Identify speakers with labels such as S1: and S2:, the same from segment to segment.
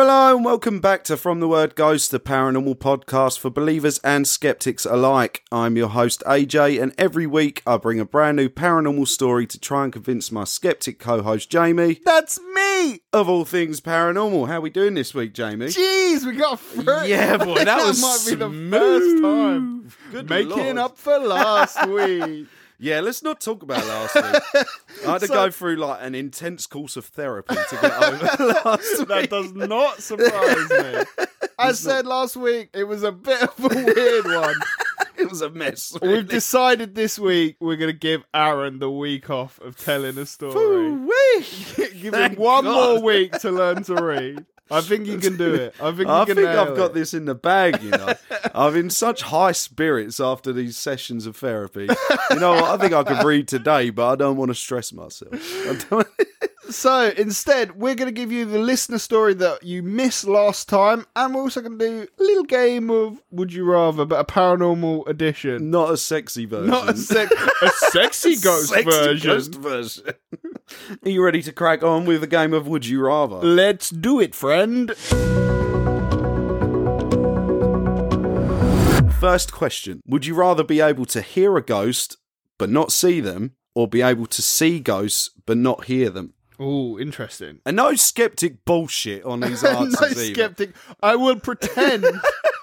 S1: welcome back to From the Word Ghost, the paranormal podcast for believers and skeptics alike. I'm your host, AJ, and every week I bring a brand new paranormal story to try and convince my skeptic co host, Jamie,
S2: That's me.
S1: of all things paranormal. How we doing this week, Jamie?
S2: Jeez, we got first.
S1: Yeah, boy, that was
S2: might be the
S1: smooth.
S2: first time.
S1: Good
S2: Making
S1: lord.
S2: up for last week.
S1: Yeah, let's not talk about last week. I had to
S2: So-
S1: go through like an intense course of therapy to get over last week.
S2: That does not surprise me. I said last week it was a bit of a weird one.
S1: It was a mess.
S2: We've decided this week we're going to give Aaron the week off of telling a story. give him
S1: Thank
S2: one
S1: God.
S2: more week to learn to read. I think you can do it. I think you
S1: I
S2: can
S1: think
S2: nail
S1: I've got
S2: it.
S1: this in the bag, you know. I'm in such high spirits after these sessions of therapy. You know, what? I think I could read today, but I don't want to stress myself. I don't-
S2: So instead, we're going to give you the listener story that you missed last time, and we're also going to do a little game of Would You Rather, but a paranormal edition.
S1: Not a sexy version.
S2: Not a, sec- a sexy ghost
S1: Sexy
S2: version.
S1: ghost version. Are you ready to crack on with the game of Would You Rather?
S2: Let's do it, friend.
S1: First question Would you rather be able to hear a ghost but not see them, or be able to see ghosts but not hear them?
S2: Oh, interesting.
S1: And no skeptic bullshit on these answers.
S2: no
S1: either.
S2: skeptic. I will pretend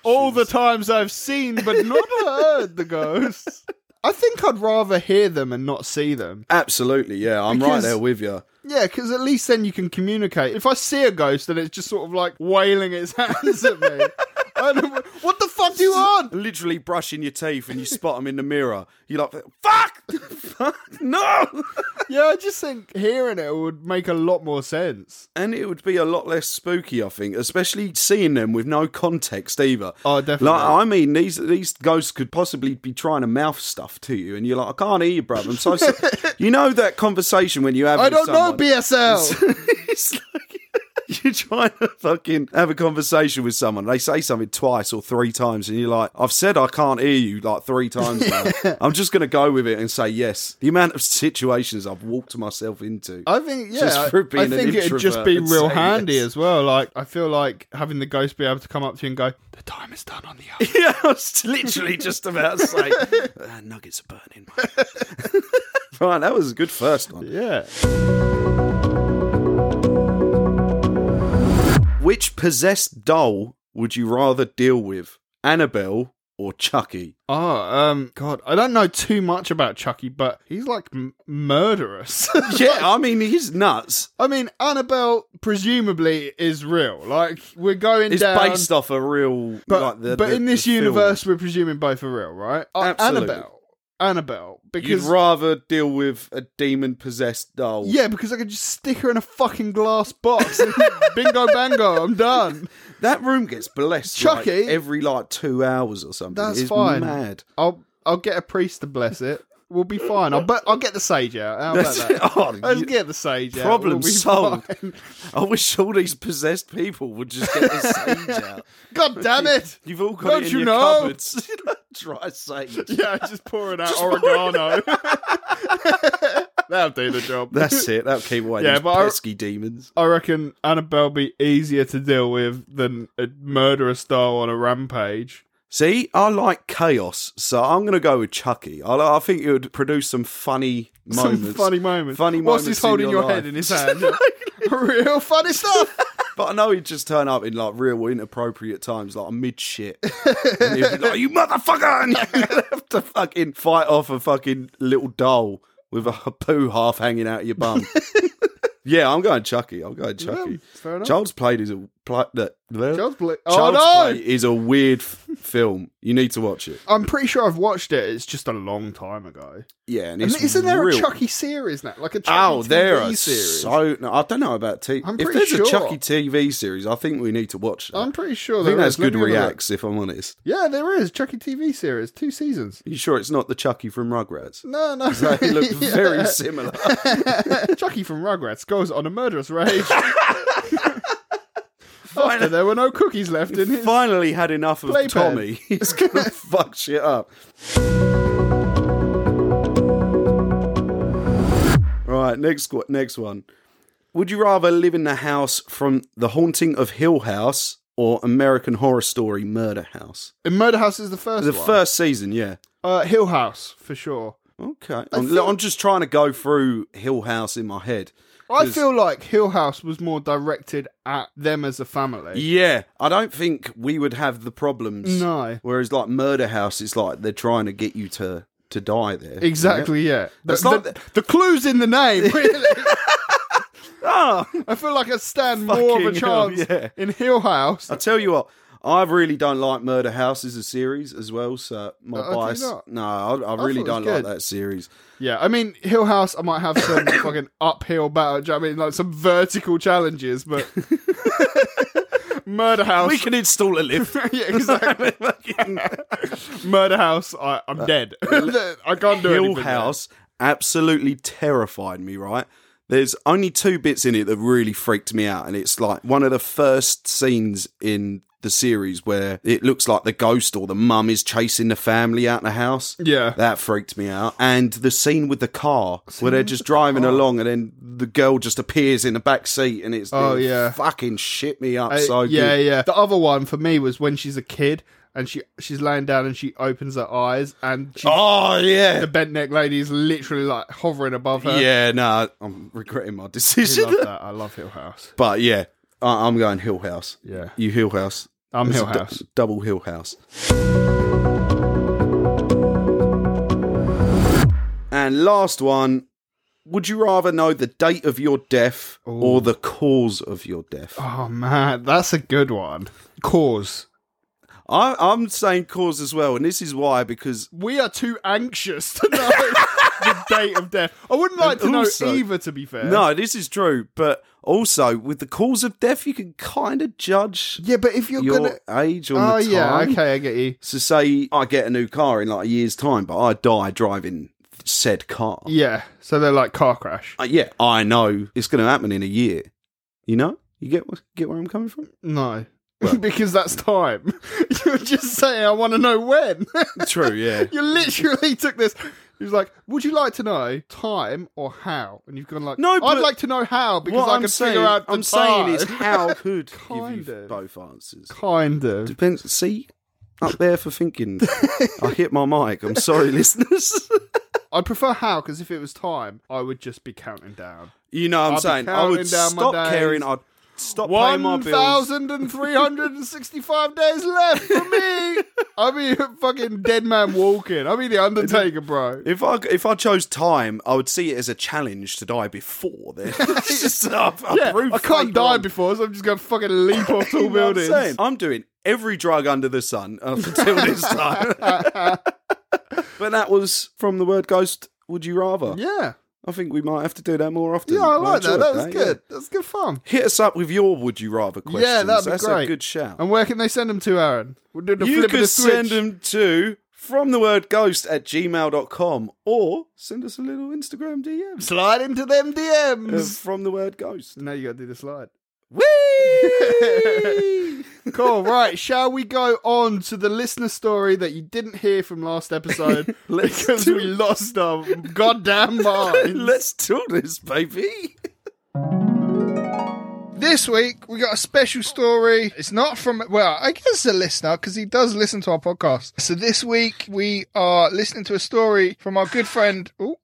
S2: all the times I've seen but not heard the ghosts. I think I'd rather hear them and not see them.
S1: Absolutely, yeah. I'm right
S2: Because-
S1: there with you.
S2: Yeah, because at least then you can communicate. If I see a ghost and it's just sort of like wailing its hands at me, I don't- what the fuck do you want?
S1: literally brushing your teeth and you spot them in the mirror. You're like, fuck, fuck, no.
S2: Yeah, I just think hearing it would make a lot more sense.
S1: And it would be a lot less spooky, I think, especially seeing them with no context either.
S2: Oh, definitely.
S1: Like, I mean, these these ghosts could possibly be trying to mouth stuff to you, and you're like, I can't hear you, bro. I'm so sorry. you know that conversation when you have.
S2: I
S1: with
S2: don't know
S1: someone?
S2: BSL.
S1: it's like you're trying to fucking have a conversation with someone. They say something twice or three times, and you're like, I've said I can't hear you like three times now. I'm just going to go with it and say yes. The amount of situations I've walked myself into.
S2: I think yeah,
S1: Just for being
S2: I
S1: an
S2: think it'd just
S1: introvert
S2: be
S1: and
S2: real
S1: say
S2: handy
S1: yes.
S2: as well. Like I feel like having the ghost be able to come up to you and go, "The time is done on the hour."
S1: yeah, I was literally just about to say, "Ah, nuggets are burning. right, that was a good first one.
S2: yeah.
S1: Which possessed doll would you rather deal with, Annabelle or Chucky?
S2: Oh, um, God, I don't know too much about Chucky, but he's like m- murderous.
S1: Yeah, I mean, he's nuts.
S2: I mean, Annabelle presumably is real. Like we're going
S1: It's
S2: down,
S1: based off a real.
S2: but
S1: like the,
S2: but
S1: the-
S2: in this
S1: the film.
S2: universe, we're presuming both are real, right? Uh,
S1: Absolutely.
S2: Annabelle, Annabelle,
S1: you'd
S2: because
S1: rather deal with a demon possessed doll.
S2: yeah, because I could just stick her in a fucking glass box. and bingo bango, I'm done.
S1: that room gets blessed
S2: Chucky?
S1: like, every like two hours or something.
S2: That's
S1: it's
S2: fine.
S1: Mad.
S2: I'll I'll get a priest to bless it. We'll be fine. I'll but I'll get the sage out. How about
S1: That's
S2: that?
S1: Oh,
S2: Let's
S1: you-
S2: get the sage out.
S1: Problem
S2: we'll be
S1: solved.
S2: fine.
S1: I wish all these possessed people would just get the sage out.
S2: God damn it!
S1: You've all got
S2: Don't
S1: it in
S2: you
S1: your
S2: know?
S1: cupboards. Dry sage.
S2: Yeah, just pour it out oregano. That'll do the job.
S1: That's it. That'll keep away
S2: Yeah,
S1: these
S2: but I-
S1: pesky demons.
S2: I reckon Annabelle be easier to deal with than a murderous doll on a rampage.
S1: See, I like chaos, so I'm going to go with Chucky. I, I think it would produce some funny moments.
S2: Some funny moments.
S1: Funny
S2: Whilst
S1: moments
S2: he's
S1: in
S2: holding
S1: your
S2: your,
S1: life.
S2: head in his hand. Real funny stuff.
S1: But I know he'd just turn up in like real inappropriate times, like mid shit. and he'd be like, you motherfucker! And you'd have to fucking fight off a fucking little doll with a poo half hanging out of your bum. yeah, I'm going Chucky. I'm going Chucky.
S2: fair enough.
S1: Child's Play is a. Play, the, the-
S2: Child's Play- Oh,
S1: Child's
S2: no!
S1: Play is a weird f- film. You need to watch it.
S2: I'm pretty sure I've watched it. It's just a long time ago.
S1: Yeah, and
S2: And
S1: it's
S2: isn't there
S1: real-
S2: a E. Chucky series now? Like a Chucky
S1: Oh,
S2: TV
S1: there are
S2: series.
S1: so. No, I don't know about TV.
S2: I'm
S1: If
S2: pretty
S1: there's
S2: sure.
S1: a Chucky TV series, I think we need to watch that.
S2: I'm pretty sure
S1: I think
S2: there
S1: that's
S2: is. Let
S1: good
S2: me have a look.
S1: reacts, if I'm honest.
S2: Yeah, there is Chucky TV series, two seasons.
S1: You sure it's not the Chucky from Rugrats?
S2: No, no,
S1: They look
S2: Yeah.
S1: very similar.
S2: Chucky from Rugrats goes on a murderous rage. After there were no cookies left in his.
S1: Finally, had enough of
S2: Playpen.
S1: Tommy. He's gonna fuck shit up. Right, next qu- next one. Would you rather live in the house from The Haunting of Hill House or American Horror Story Murder House?
S2: And Murder House is the first
S1: the
S2: one.
S1: first season, yeah.
S2: Uh, Hill House, for sure.
S1: Okay. I'm,
S2: think-
S1: I'm just trying to go through Hill House in my head.
S2: I
S1: 'Cause-
S2: feel like Hill House was more directed at them as a family.
S1: Yeah, I don't think we would have the problems.
S2: No.
S1: Whereas, like Murder House, it's like they're trying to get you to to die there.
S2: Exactly, yeah. The,
S1: It's not-
S2: the- the clue's in the name, really.
S1: Oh,
S2: I feel like I stand more of a
S1: Fucking hell,
S2: chance
S1: yeah.
S2: in Hill House.
S1: I tell you what, I really don't like Murder House as a series as well. So my
S2: Uh, do you
S1: bias.
S2: not?
S1: No, I, I really
S2: thought it was
S1: don't like
S2: good.
S1: that series.
S2: Yeah, I mean, Hill House, I might have some fucking uphill battle. Do you know what I mean? Like some vertical challenges, but. Murder House.
S1: We can install a lift.
S2: yeah, exactly. Murder House, I, I'm dead. I can't do
S1: Hill
S2: anything there.
S1: House absolutely terrified me, right? There's only two bits in it that really freaked me out, and it's like one of the first scenes in the series where it looks like the ghost or the mum is chasing the family out the house.
S2: Yeah.
S1: That freaked me out. And the scene with the car where they're just driving
S2: Oh.
S1: along and then the girl just appears in the back seat and it's
S2: Oh,
S1: it
S2: yeah.
S1: fucking shit me up
S2: Uh,
S1: so
S2: yeah,
S1: good.
S2: yeah. The other one for me was when she's a kid and she she's laying down and she opens her eyes and she,
S1: Oh yeah.
S2: the bent neck lady is literally like hovering above her.
S1: Yeah, no, I'm regretting my
S2: I
S1: decision.
S2: love that. I love Hill House.
S1: But yeah, I- I'm going Hill House.
S2: Yeah.
S1: You Hill House.
S2: I'm
S1: It's
S2: Hill
S1: a du-
S2: House.
S1: double Hill House. And last one. Would you rather know the date of your death or the cause of your death?
S2: Oh man, that's a good one. Cause.
S1: I, I'm saying cause as well, and this is why because
S2: We are too anxious to know the date of death. I wouldn't like
S1: And
S2: to
S1: also-
S2: know either to be fair.
S1: no, this is true. But also with the cause of death, you can kind of judge
S2: Yeah, but if you're
S1: your
S2: gonna
S1: age or
S2: Oh
S1: the time.
S2: yeah, okay, I get you.
S1: So say I get a new car in like a year's time, but I die driving said car.
S2: Yeah. So they're like car crash.
S1: Uh, yeah, I know it's going to happen in a year. You know, you get wh- get where I'm coming from.
S2: No. because that's time. You're just saying I want to know when.
S1: True. Yeah.
S2: You literally took this. He was like, "Would you like to know time or how?" And you've gone like,
S1: No,
S2: I'd
S1: but
S2: like to know how because
S1: what
S2: I
S1: I'm
S2: can
S1: saying,
S2: figure out the
S1: I'm
S2: time."
S1: saying is how could give
S2: Kind
S1: you
S2: of.
S1: both answers.
S2: kind of.
S1: Depends. See, up there for thinking. I hit my mic. I'm sorry, listeners.
S2: I prefer how because if it was time, I would just be counting down.
S1: You know, what I'm
S2: I'll be
S1: saying I
S2: counting
S1: would
S2: down my
S1: stop
S2: days.
S1: caring. I'd stop paying my
S2: One
S1: bills.
S2: thousand and three hundred and sixty-five days left for me. I mean, fucking dead man walking. I mean, the Undertaker, bro.
S1: If I if I chose time, I would see it as a challenge to die before. Then it's just I've, I've
S2: Yeah,
S1: proved
S2: I can't
S1: fate
S2: die
S1: wrong.
S2: before, so I'm just going to fucking leap off tall
S1: You know what I'm
S2: buildings.
S1: saying? I'm doing every drug under the sun uh, up until this time. but that was from the word ghost. Would you rather?
S2: Yeah,
S1: I think we might have to do that more often.
S2: yeah, I like that.
S1: enjoyed
S2: That was good.
S1: yeah.
S2: That was good fun.
S1: Hit us up with your would you rather questions.
S2: that'd be
S1: That's a
S2: great.
S1: good shout.
S2: And where can they send them to, Aaron? We'll do the
S1: you
S2: flip of
S1: could
S2: the switch.
S1: send them to from the word ghost at gmail.com or send us a little Instagram DM.
S2: Slide into them DMs.
S1: From the word ghost.
S2: now you got to do the slide.
S1: Whee!
S2: Cool. Right. Shall we go on to the listener story that you didn't hear from last episode
S1: Let's
S2: because
S1: do
S2: we lost our goddamn mind?
S1: Let's do this, baby.
S2: This week we got a special story. It's not from well, I guess a listener because he does listen to our podcast. So this week we are listening to a story from our good friend. Ooh.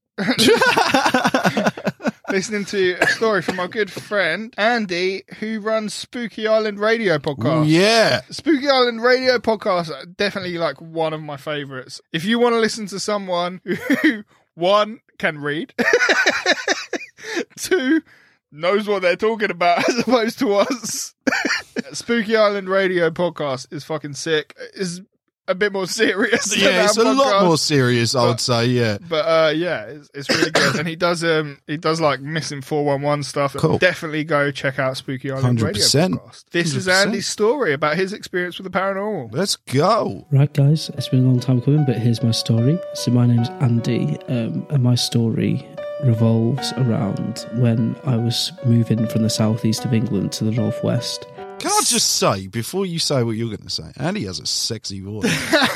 S2: listening to a story from our good friend Andy, who runs Spooky Island Radio podcast.
S3: Yeah.
S2: Spooky Island Radio podcast are definitely like one of my favorites. If you want to listen to someone who one can read, two knows what they're talking about as opposed to us. Spooky Island Radio podcast is fucking sick. Is a bit more serious. than
S3: Yeah,
S2: our
S3: it's a lot
S2: podcast.
S3: more serious, I would say, yeah.
S2: But uh, yeah, it's, it's really good, and he does um he does like missing four one one stuff.
S3: Cool.
S2: Definitely go check out Spooky Island Radio
S3: 100%.
S2: podcast. This is
S3: 100%.
S2: Andy's story about his experience with the paranormal.
S3: Let's go.
S4: Right, guys, it's been a long time coming, but here's my story. So, my name's Andy, um, and my story revolves around when I was moving from the southeast of England to the northwest.
S3: Can I just say, before you say what you're going to say, Andy has a sexy voice.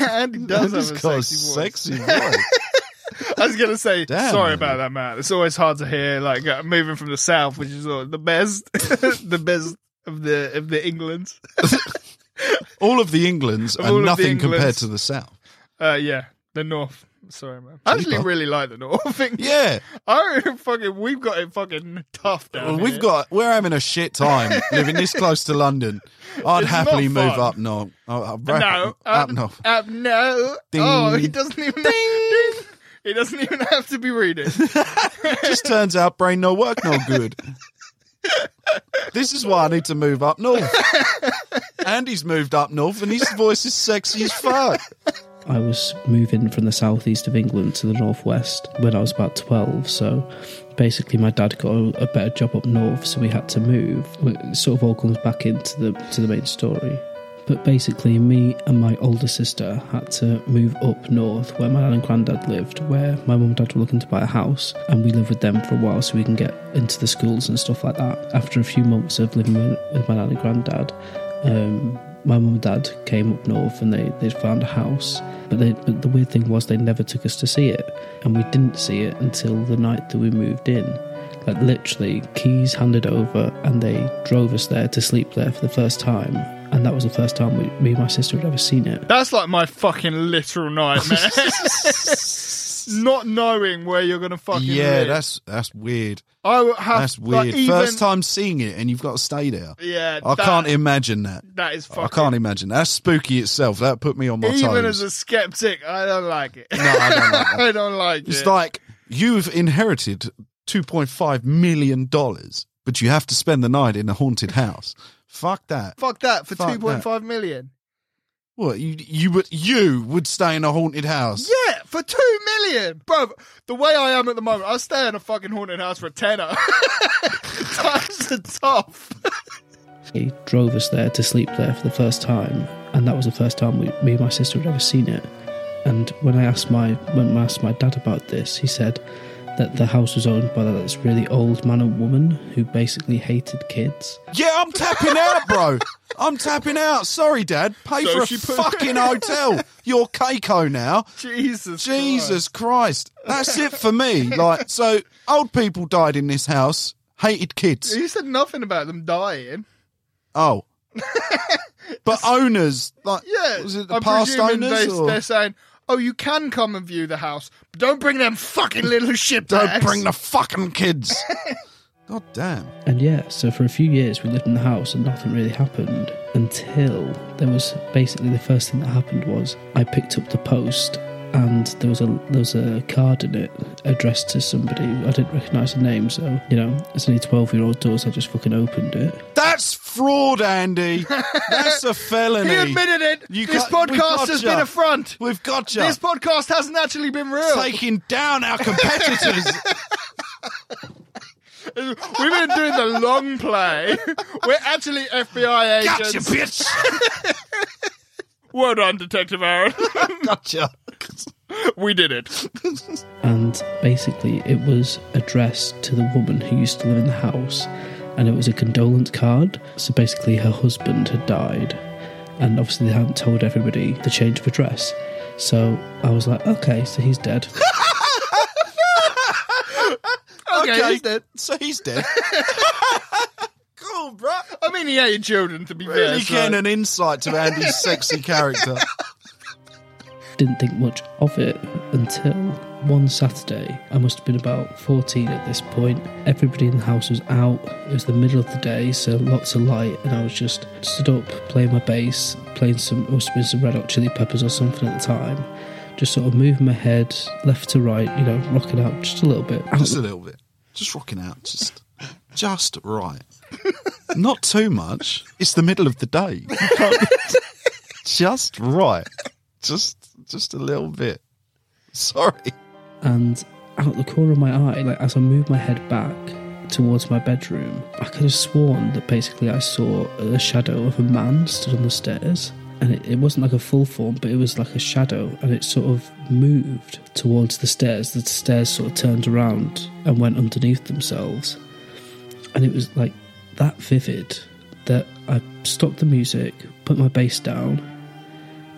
S2: Andy does
S3: Andy's
S2: have a
S3: got
S2: sexy voice.
S3: a sexy voice.
S2: I was gonna say
S3: Damn,
S2: sorry
S3: man.
S2: about that, Matt. It's always hard to hear like uh, moving from the south, which is uh, the best, the best of the of the England.
S3: All of the Englands
S2: Of
S3: are
S2: all of the
S3: nothing compared
S2: Englands.
S3: to the South.
S2: Uh, yeah, the north. Sorry, man. I actually
S3: Cheaper.
S2: really like the north. Thing.
S3: Yeah,
S2: I don't fucking. We've got it fucking tough down
S3: well, we've
S2: here.
S3: got we're having a shit time living this close to London. I'd
S2: It's not
S3: happily move
S2: fun.
S3: up north. Oh, up,
S2: No,
S3: up
S2: um,
S3: north.
S2: Uh, no.
S3: Ding.
S2: Oh, he doesn't even. Ding. He doesn't even have to be reading.
S3: Just turns out brain no work, no good. this is why I need to move up north. Andy's moved up north, and his voice is sexy as fuck.
S4: I was moving from the southeast of England to the northwest when I was about 12. So basically, my dad got a, a better job up north, so we had to move. It sort of all comes back into the to the main story. But basically, me and my older sister had to move up north where my nan and granddad lived, where my mum and dad were looking to buy a house, and we lived with them for a while so we can get into the schools and stuff like that. After a few months of living with, with my nan and granddad, um, my mum and dad came up north and they, they found a house. But, they, but the weird thing was they never took us to see it. And we didn't see it until the night that we moved in. Like literally, keys handed over and they drove us there to sleep there for the first time. And that was the first time we, me and my sister had ever seen it.
S2: That's like my fucking literal nightmare. Not knowing where you're gonna fucking
S3: yeah,
S2: live.
S3: that's that's weird.
S2: I would have
S3: That's
S2: like,
S3: weird.
S2: even-
S3: First time seeing it, and you've got to stay there.
S2: Yeah,
S3: I
S2: that-
S3: can't imagine that.
S2: That is fucking.
S3: I can't imagine. That's spooky itself. That put me on my
S2: Even
S3: toes.
S2: as a skeptic, I don't like it.
S3: no, I don't like that.
S2: I don't like
S3: It's
S2: it.
S3: like you've inherited two point five million dollars, but you have to spend the night in a haunted house. Fuck that.
S2: Fuck that for
S3: Fuck
S2: two point five million.
S3: What you you would you would stay in a haunted house?
S2: Yeah, for two million, bro. The way I am at the moment, I stay in a fucking haunted house for a tenner. Times are tough.
S4: He drove us there to sleep there for the first time, and that was the first time we, me and my sister had ever seen it. And when I asked my when I asked my dad about this, he said that the house was owned by this really old man and woman who basically hated kids.
S3: Yeah, I'm tapping out, bro. I'm tapping out. Sorry, Dad. Pay
S2: So
S3: for a
S2: she put-
S3: fucking hotel. You're Keiko now.
S2: Jesus. Christ.
S3: Jesus Christ. That's it for me. Like, so old people died in this house, hated kids.
S2: He said nothing about them dying.
S3: Oh. But owners, like,
S2: Yeah,
S3: was it the
S2: I'm
S3: past
S2: presuming
S3: owners?
S2: They,
S3: or-
S2: They're saying, "Oh, you can come and view the house, but don't bring them fucking little shit
S3: Don't
S2: bags."
S3: bring the fucking kids. God damn.
S4: And yeah, so for a few years we lived in the house and nothing really happened until there was basically the first thing that happened was I picked up the post and there was a there was a card in it addressed to somebody I didn't recognise the name, so you know, as any twelve year old does, I just fucking opened it.
S3: That's fraud, Andy. That's a felony.
S2: He admitted it.
S3: You
S2: this
S3: can't- we
S2: podcast has
S3: gotcha.
S2: been a front.
S3: We've got you.
S2: This podcast hasn't actually been real.
S3: taking down our competitors.
S2: We've been doing the long play. We're actually FBI agents.
S3: gotcha, bitch.
S2: Well done, Detective Aaron.
S3: Gotcha.
S2: we did it.
S4: and basically it was addressed to the woman who used to live in the house and it was a condolence card so basically her husband had died and obviously they hadn't told everybody the change of address so i was like okay so he's dead
S2: Okay, he's dead.
S3: So he's dead. cool, bro.
S2: I mean, he hated children, to be
S3: Really
S2: fair.
S3: getting an insight to Andy's sexy character.
S4: didn't think much of it until one Saturday. I must have been about 14 at this point. Everybody in the house was out. It was the middle of the day, so lots of light, and I was just stood up playing my bass, playing some, must have been some Red Hot Chili Peppers or something at the time. Just sort of moving my head left to right, you know, rocking out just a little bit. Out
S3: Just a little bit. Just rocking out. Just, just right. Not too much. It's the middle of the day. You can't- just right. Just, just a little bit. Sorry.
S4: and out the corner of my eye, like as I moved my head back towards my bedroom, I could have sworn that basically I saw a shadow of a man stood on the stairs. And it, it wasn't like a full form, but it was like a shadow, and it sort of moved towards the stairs. The stairs sort of turned around and went underneath themselves. And it was like that vivid that I stopped the music, put my bass down,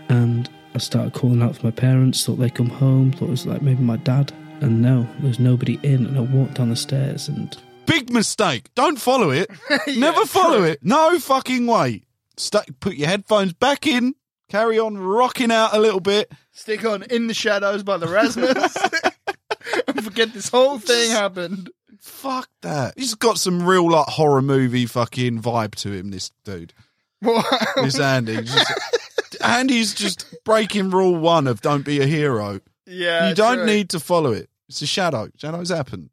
S4: and I started calling out for my parents. Thought they'd come home. Thought it was like maybe my dad. and no, there's nobody in. And I walked down the stairs and
S3: Big mistake. Don't follow it. Never follow it. No fucking way. Sta put your headphones back in. Carry on rocking out a little bit.
S2: Stick on In the Shadows by the Rasmus. and forget this whole thing happened.
S3: Fuck that. He's got some real like horror movie fucking vibe to him. This dude.
S2: What?
S3: This Andy. Just, Andy's just breaking rule one of don't be a hero.
S2: yeah.
S3: you don't
S2: true.
S3: need to follow it. It's a shadow. Shadows happen.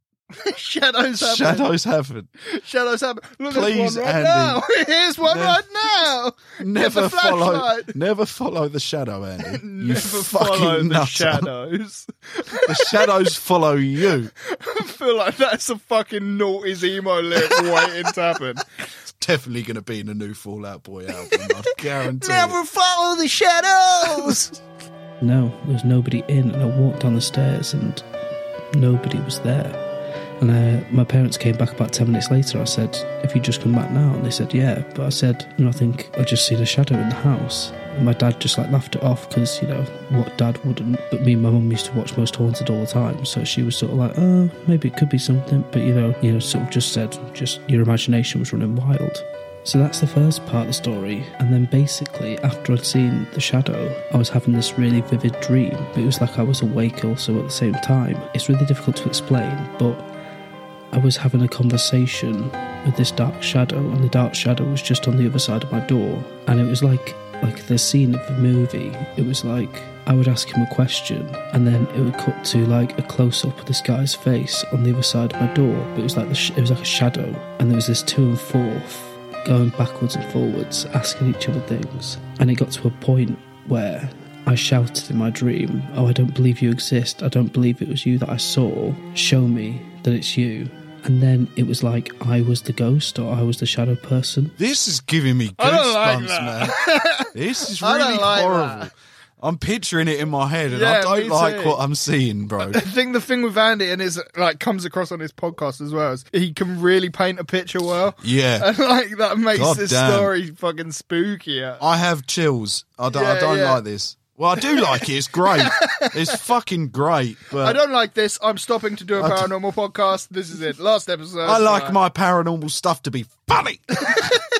S2: shadows happen.
S3: Shadows happen.
S2: Shadows happen. Look, there's
S3: Please,
S2: one right
S3: Andy.
S2: now. Here's one
S3: No.
S2: right now.
S3: Never
S2: the
S3: follow.
S2: flashlight.
S3: Never follow the shadow, Andy. you
S2: Never follow
S3: fucking
S2: the
S3: nutter.
S2: shadows.
S3: The shadows follow you.
S2: I feel like that's a fucking naughty emo lyric waiting to happen.
S3: definitely going to be in a new Fallout Boy album. I guarantee. it.
S2: follow the shadows.
S4: no, there's nobody in. And I walked down the stairs and nobody was there. And I, my parents came back about 10 minutes later. I said, Have you just come back now? And they said, Yeah. But I said, You know, I think I just seen a shadow in the house. And my dad just like laughed it off because, you know, what dad wouldn't. But me and my mum used to watch Most Haunted all the time. So she was sort of like, Oh, maybe it could be something. But, you know, you know, sort of just said, Just your imagination was running wild. So that's the first part of the story. And then basically, after I'd seen The Shadow, I was having this really vivid dream, but it was like I was awake also at the same time. It's really difficult to explain, but I was having a conversation with this dark shadow, and the dark shadow was just on the other side of my door. And it was like like the scene of the movie. It was like I would ask him a question, and then it would cut to like a close up of this guy's face on the other side of my door. But it was like the sh- it was like a shadow, and there was this to and forth going backwards and forwards, asking each other things. And it got to a point where I shouted in my dream, Oh, I don't believe you exist. I don't believe it was you that I saw. Show me that it's you. And then it was like I was the ghost or I was the shadow person.
S3: This is giving me
S2: I don't
S3: goosebumps,
S2: like
S3: man. This is
S2: I don't
S3: really
S2: like
S3: horrible.
S2: that.
S3: I'm picturing it in my head, and
S2: Yeah,
S3: I don't
S2: me
S3: like
S2: too.
S3: what I'm seeing, bro.
S2: I think the thing with Andy and his like comes across on his podcast as well is he can really paint a picture well.
S3: Yeah,
S2: And like that makes
S3: God
S2: this
S3: damn.
S2: story fucking spookier.
S3: I have chills. I don't. I
S2: Yeah,
S3: don't
S2: yeah.
S3: like this. Well, I do like it. It's great. it's fucking great. But
S2: I don't like this. I'm stopping to do a
S3: I d-
S2: paranormal podcast. This is it. Last episode.
S3: I like
S2: Right.
S3: my paranormal stuff to be funny.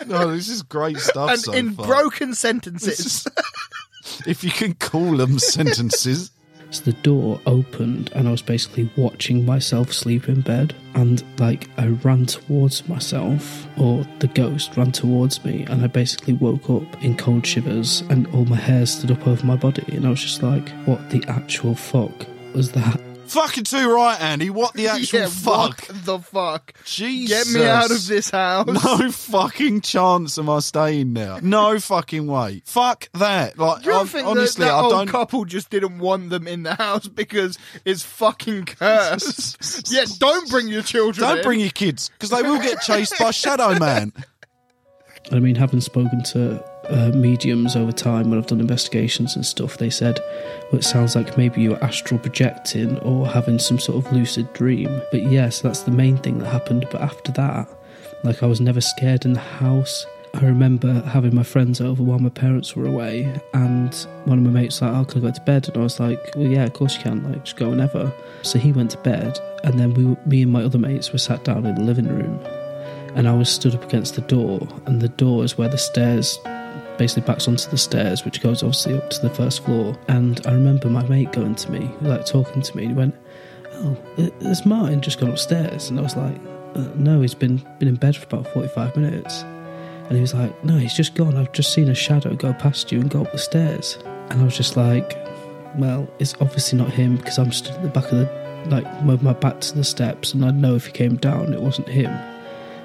S3: no, this is great stuff.
S2: and
S3: so
S2: in
S3: far.
S2: broken
S3: This
S2: sentences.
S3: is- if you can call them sentences.
S4: So the door opened and I was basically watching myself sleep in bed. And like I ran towards myself, or the ghost ran towards me, and I basically woke up in cold shivers and all my hair stood up over my body. And I was just like, What the actual fuck was that?
S3: Fucking too right, Andy. What the actual
S2: yeah,
S3: fuck?
S2: What the fuck?
S3: Jesus.
S2: Get me out of this house.
S3: No fucking chance am I staying now. No fucking way. Fuck that. Like,
S2: Do you
S3: I'm,
S2: think
S3: honestly,
S2: that, that
S3: I
S2: old
S3: don't.
S2: couple just didn't want them in the house because it's fucking cursed? yeah, don't bring your children.
S3: Don't
S2: in.
S3: bring your kids because they will get chased by Shadow Man.
S4: And I mean, having spoken to uh, mediums over time when I've done investigations and stuff, they said, well, it sounds like maybe you're astral projecting or having some sort of lucid dream. But yes, that's the main thing that happened. But after that, like I was never scared in the house. I remember having my friends over while my parents were away, and one of my mates was like, "Oh, can I go to bed?" And I was like, "Well, yeah, of course you can. Like, just go whenever." So he went to bed, and then we, were- me and my other mates, were sat down in the living room, and I was stood up against the door, and the door is where the stairs basically backs onto the stairs, which goes obviously up to the first floor. And I remember my mate going to me, like talking to me, and he went, "Oh, has Martin just gone upstairs?" And I was like, uh, "No, he's been been in bed for about forty-five minutes." And he was like, "No, he's just gone. I've just seen a shadow go past you and go up the stairs." And I was just like, "Well, it's obviously not him because I'm stood at the back of the." Like with my back to the steps, and I know if he came down, it wasn't him.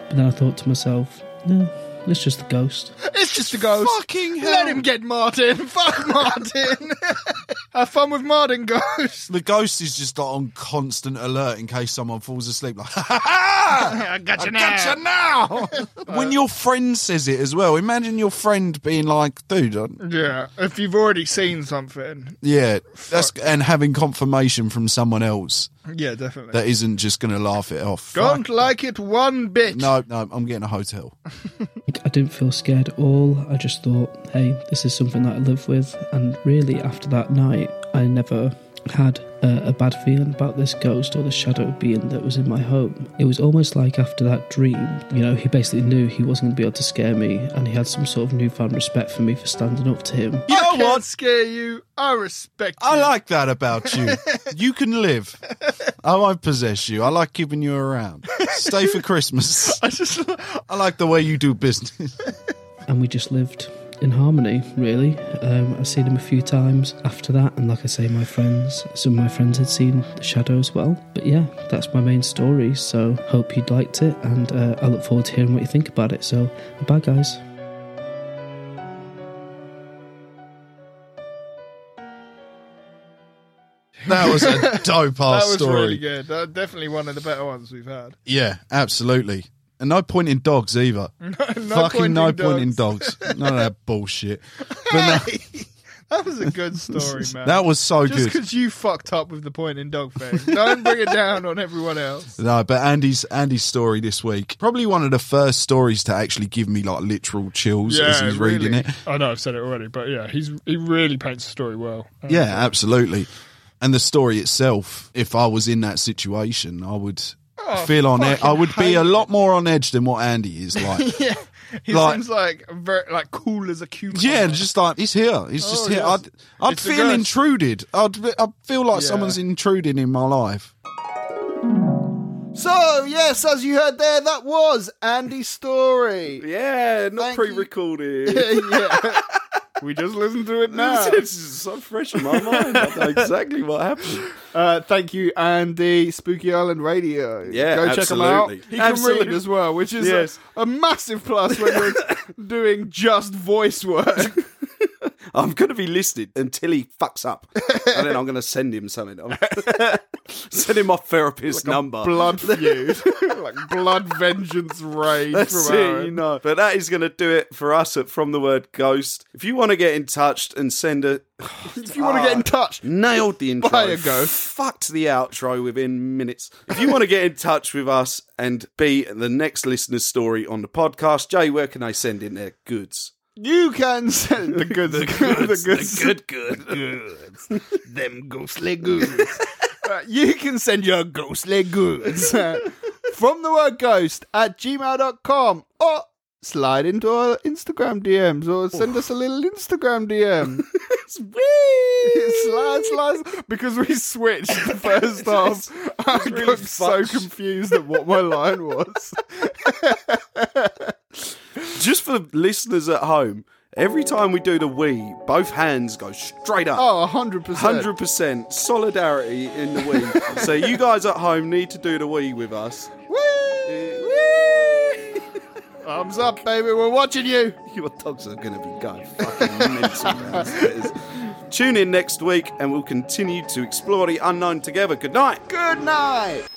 S4: But then I thought to myself, no, it's just the ghost.
S2: It's just a ghost.
S3: Fucking hell.
S2: Let him get Martin. Fuck Martin. Have fun with Martin, ghost.
S3: The ghost is just like on constant alert in case someone falls asleep. Like, ha ha ha!
S2: I got
S3: I gotcha now. when your friend says it as well, imagine your friend being like, "Dude, I-
S2: Yeah, if you've already seen something.
S3: yeah, that's," and having confirmation from someone else
S2: Yeah, definitely.
S3: that isn't just going to laugh it off.
S2: Don't
S3: Fuck.
S2: like it one bit.
S3: No, no, I'm getting a hotel.
S4: Like, I didn't feel scared at all. I just thought, hey, this is something that I live with. And really, after that night, I never, had uh, a bad feeling about this ghost or the shadow being that was in my home. It was almost like after that dream, you know, he basically knew he wasn't going to be able to scare me, and he had some sort of newfound respect for me for standing up to him.
S3: You
S2: I
S3: know
S2: can't
S3: what?
S2: scare you. I respect you.
S3: I like that about you. You can live. Oh, I like possess you. I like keeping you around. Stay for Christmas.
S2: I just
S3: I like the way you do business.
S4: and we just lived in harmony really um, i've seen him a few times after that and like i say my friends some of my friends had seen the shadow as well but yeah that's my main story so hope you liked it and uh, i look forward to hearing what you think about it so bye guys
S3: That was a dope
S2: that
S3: ass
S2: was
S3: story.
S2: really good. That, definitely one of the better ones we've had.
S3: Yeah, absolutely. And no point in dogs either. Fucking no point in dogs. None of that bullshit. But no,
S2: That was a good story, man.
S3: that was so
S2: just
S3: good.
S2: because you fucked up with the point in dog thing. Don't bring it down on everyone else.
S3: No, but Andy's Andy's story this week probably one of the first stories to actually give me like literal chills as he's reading it.
S2: I know I've said it already, but yeah, he's he really paints the story well. Uh,
S3: Yeah, absolutely. And the story itself, if I was in that situation, I would feel on it. I would be a lot more on edge than what Andy is like. yeah.
S2: he
S3: like-
S2: seems like very like cool as a cucumber.
S3: just like he's here. He's just
S2: Oh,
S3: here.
S2: yes.
S3: I'd, I'd
S2: It's the
S3: feel
S2: ghost.
S3: intruded. I'd, I'd feel like
S2: Yeah.
S3: someone's intruding in my life.
S1: So yes, as you heard there, that
S2: was Andy's story.
S1: yeah, not
S2: Thank you.
S1: pre-recorded. Ah,
S2: yeah, we just listened to it now.
S1: this is so fresh in my mind. I know exactly what happened.
S2: Uh, thank you, Andy. Spooky Island Radio.
S1: Yeah,
S2: go
S1: absolutely.
S2: check them out. He
S1: Absolutely.
S2: can read as well, which is
S1: Yes.
S2: a, a massive plus when we're doing just voice work.
S1: I'm gonna be listed until he fucks up, and then I'm gonna send him something. I'm- send him my therapist number.
S2: Blood feud, like blood vengeance rage
S1: That's
S2: from
S1: it,
S2: Aaron.
S1: you know. But that is going to do it for us at From the Word Ghost. If you want to get in touch and send a
S2: If you want to get in touch,
S1: nailed the intro,
S2: Buy a ghost.
S1: fucked the outro within minutes. If you want to get in touch with us and be the next listener's story on the podcast, Jay, where can they send in their goods?
S2: you can send the goods, the goods,
S1: good, good, good.
S2: them ghostly goods. Uh, you can send your ghostly goods uh, from the word ghost at gmail.com or slide into our Instagram DMs or send us a little Instagram DM. slide, slide, because we switched the first half. I got
S1: really
S2: so
S1: fudged.
S2: confused at what my line was.
S1: Just for listeners at home, every time we do the we, both hands go straight up.
S2: Oh, 100%.
S1: Hundred percent solidarity in the wee. so you guys at home need to do the wee with us.
S2: Woo! Thumbs up, baby. We're watching you.
S1: Your dogs are going to be going fucking mental downstairs. Tune in next week, and we'll continue to explore the unknown together. Good night.
S2: Good night.